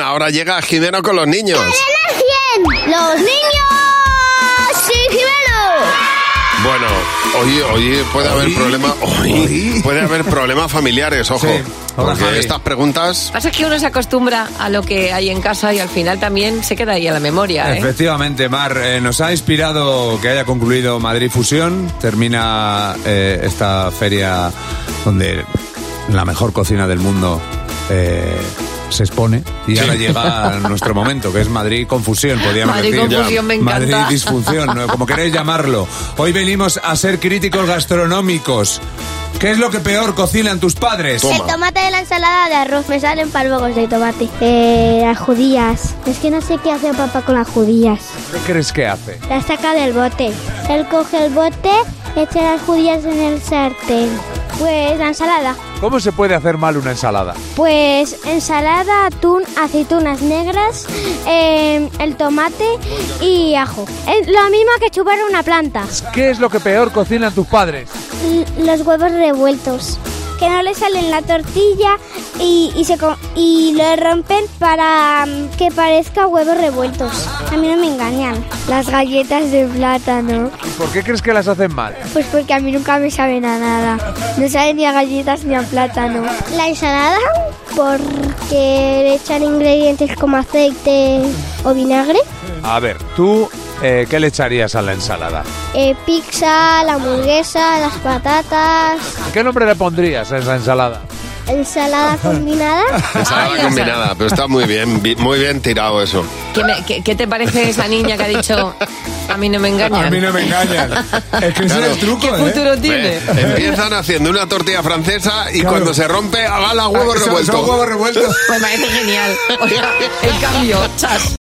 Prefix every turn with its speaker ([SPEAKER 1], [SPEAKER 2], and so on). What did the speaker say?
[SPEAKER 1] Ahora llega Jimeno con los niños.
[SPEAKER 2] ¡Los niños! ¡Sí,
[SPEAKER 1] Bueno, hoy, hoy puede haber problemas. Hoy puede haber problemas familiares, ojo. Porque
[SPEAKER 3] Javi.
[SPEAKER 1] estas preguntas.
[SPEAKER 4] Pasa que uno se acostumbra a lo que hay en casa y al final también se queda ahí a la memoria. ¿eh?
[SPEAKER 3] Efectivamente, Mar, eh, nos ha inspirado que haya concluido Madrid Fusión. Termina eh, esta feria donde la mejor cocina del mundo eh, se expone. Y ahora llega nuestro momento, que es Madrid Confusión, podríamos
[SPEAKER 4] Madrid
[SPEAKER 3] decir.
[SPEAKER 4] Confusión, me encanta.
[SPEAKER 3] Madrid Disfunción, ¿no? como queréis llamarlo. Hoy venimos a ser críticos gastronómicos. ¿Qué es lo que peor cocinan tus padres?
[SPEAKER 1] Toma.
[SPEAKER 2] El tomate de la ensalada de arroz me salen palvogos de tomate. Eh, las judías. Es que no sé qué hace papá con las judías.
[SPEAKER 3] ¿Qué crees que hace?
[SPEAKER 2] Las saca del bote. Él coge el bote, echa las judías en el sartén. Pues la ensalada.
[SPEAKER 3] ¿Cómo se puede hacer mal una ensalada?
[SPEAKER 2] Pues ensalada, atún, aceitunas negras, eh, el tomate y ajo. Es lo mismo que chupar una planta.
[SPEAKER 3] ¿Qué es lo que peor cocinan tus padres?
[SPEAKER 2] Los huevos revueltos. Que no le salen la tortilla y, y, se co- y lo rompen para mm, que parezca huevos revueltos. A mí no me engañan. Las galletas de plátano.
[SPEAKER 3] ¿Por qué crees que las hacen mal?
[SPEAKER 2] Pues porque a mí nunca me saben a nada. No saben ni a galletas ni a plátano. La ensalada, porque le echan ingredientes como aceite o vinagre.
[SPEAKER 3] A ver, tú, eh, ¿qué le echarías a la ensalada?
[SPEAKER 2] eh, pizza, la hamburguesa, las patatas.
[SPEAKER 3] ¿Qué nombre le pondrías a esa ensalada?
[SPEAKER 2] Ensalada combinada.
[SPEAKER 1] Ensalada
[SPEAKER 4] Ay,
[SPEAKER 1] combinada, pero está muy bien, bi- muy bien tirado eso.
[SPEAKER 4] ¿Qué, me- qué- qué te parece esa niña que ha dicho, a mí no me engañan?
[SPEAKER 3] no me engañan. Es que ese
[SPEAKER 1] Claro.
[SPEAKER 3] es el truco, ¿eh?
[SPEAKER 4] ¿Qué futuro tiene?
[SPEAKER 1] Ve, Empiezan haciendo una tortilla francesa y
[SPEAKER 3] Claro.
[SPEAKER 1] cuando se rompe, haga la huevo
[SPEAKER 3] Ah, Son- son
[SPEAKER 1] revuelto.
[SPEAKER 3] huevos revueltos.
[SPEAKER 4] Pues me parece genial. O sea, el cambio, chas.